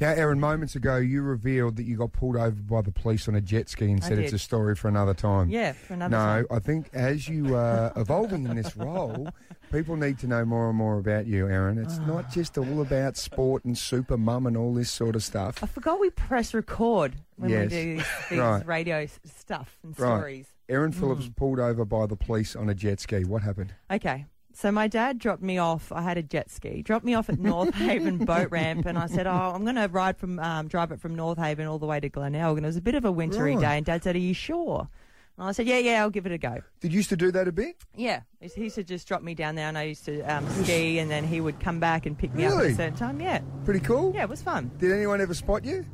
Now, Aaron, moments ago you revealed that you got pulled over by the police on a jet ski and I said it's did. a story for another time. Yeah, for another No, time. I think as you are evolving in this role, people need to know more and more about you, Aaron. Ah. It's not just all about sport and super mum and all this sort of stuff. I forgot we press record when Yes. we do these, these Right. radio s- stuff and Right. stories. Aaron Phillips Mm. pulled over by the police on a jet ski. What happened? Okay. So my dad dropped me off. I had a jet ski. Dropped me off at North Haven boat ramp, and I said, "Oh, I'm going to ride from, um, drive it from North Haven all the way to Glenelg." And it was a bit of a wintry Right. day. And Dad said, "Are you sure?" And I said, "Yeah, yeah, I'll give it a go." Did you used to do that a bit? Yeah, he he used to just drop me down there, and I used to um, ski, and then he would come back and pick me up at Really? a certain time. Yeah, Pretty cool. yeah, it was fun. Did anyone ever spot you?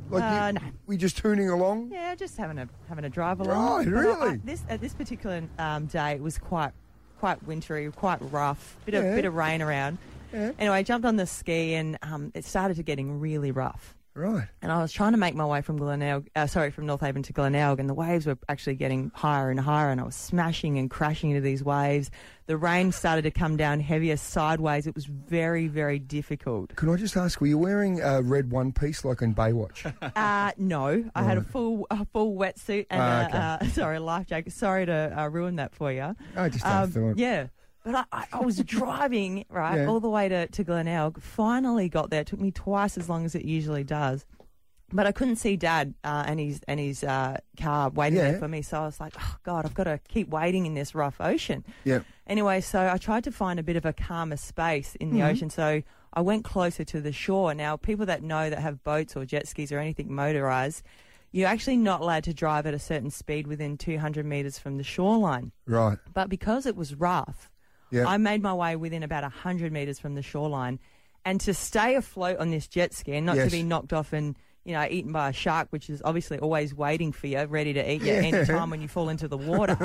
you, Uh, no. Were you just tuning along? Yeah, just having a having a drive along. Right, But I- really? I- this at this particular um, day, it was quite quite wintry, quite rough. Bit of Yeah. bit of rain around. Yeah. Anyway, I jumped on the ski and um, it started to getting really rough. Right. And I was trying to make my way from Glenelg, uh, sorry, from North Haven to Glenelg, and the waves were actually getting higher and higher, and I was smashing and crashing into these waves. The rain started to come down heavier sideways. It was very, very difficult. Can I just ask, were you wearing a red one piece like in Baywatch? Uh, no, I had a full a full wetsuit and Oh. Ah, a, uh, sorry, a life jacket. Sorry to uh, ruin that for you. I just half thought. Um, yeah, but I, I, I was driving right Yeah. all the way to to Glenelg. Finally got there. It took me twice as long as it usually does. But I couldn't see Dad uh, and his and his uh, car waiting Yeah. there for me, so I was like, "Oh God, I've got to keep waiting in this rough ocean." Yeah. Anyway, so I tried to find a bit of a calmer space in the ocean. So I went closer to the shore. Now, people that know that have boats or jet skis or anything motorized, you're actually not allowed to drive at a certain speed within 200 meters from the shoreline. Right. But because it was rough, Yeah. I made my way within about 100 meters from the shoreline. And to stay afloat on this jet ski and not Yes. to be knocked off and you know eaten by a shark, which is obviously always waiting for you, ready to eat you Yeah. any time when you fall into the water,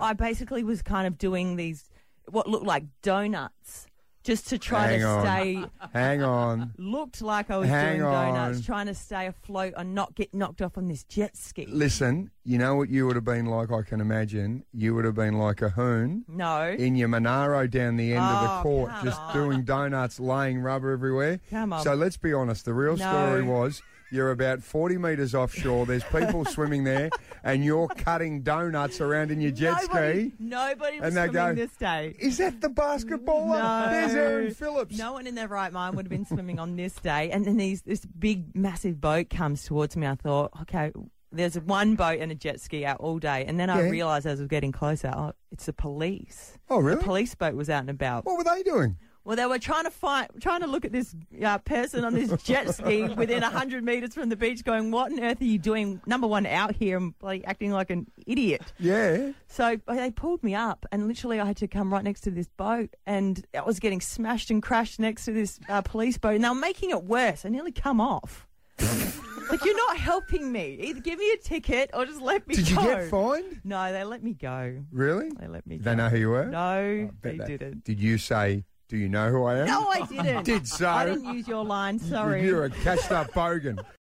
I basically was kind of doing these what looked like donuts just to try Hang to on. stay. Hang on. Looked like I was Hang doing donuts, on. trying to stay afloat and not get knocked off on this jet ski. Listen, you know what you would have been like, I can imagine? You would have been like a hoon No, in your Monaro down the end of the Oh, court, come just on. doing donuts, laying rubber everywhere. Come on. So let's be honest, the real No. story was you're about 40 metres offshore, there's people swimming there, and you're cutting donuts around in your jet nobody, ski. nobody was And they go, swimming this day. Is that the basketballer? No. There's Aaron Phillips. No one in their right mind would have been swimming on this day. And then these, this big, massive boat comes towards me. I thought, okay, there's one boat and a jet ski out all day. And then I Yeah. realised as I was getting closer, oh, it's the police. Oh, really? The police boat was out and about. What were they doing? Well, they were trying to find, trying to look at this uh, person on this jet ski within hundred meters from the beach, going, "What on earth are you doing? Number one, out here and bloody acting like an idiot." Yeah. So they pulled me up, and literally I had to come right next to this boat, and I was getting smashed and crashed next to this uh, police boat, and they were making it worse. I nearly come off. like you're not helping me. Either give me a ticket or just let me Did you go. get fined? No, they let me go. Really? They let me. Did they go. know who you were? No, Bet they didn't. Did you say, Do you know who I am? No, I didn't. Did so. I didn't use your line. Sorry. You're a catched up bogan.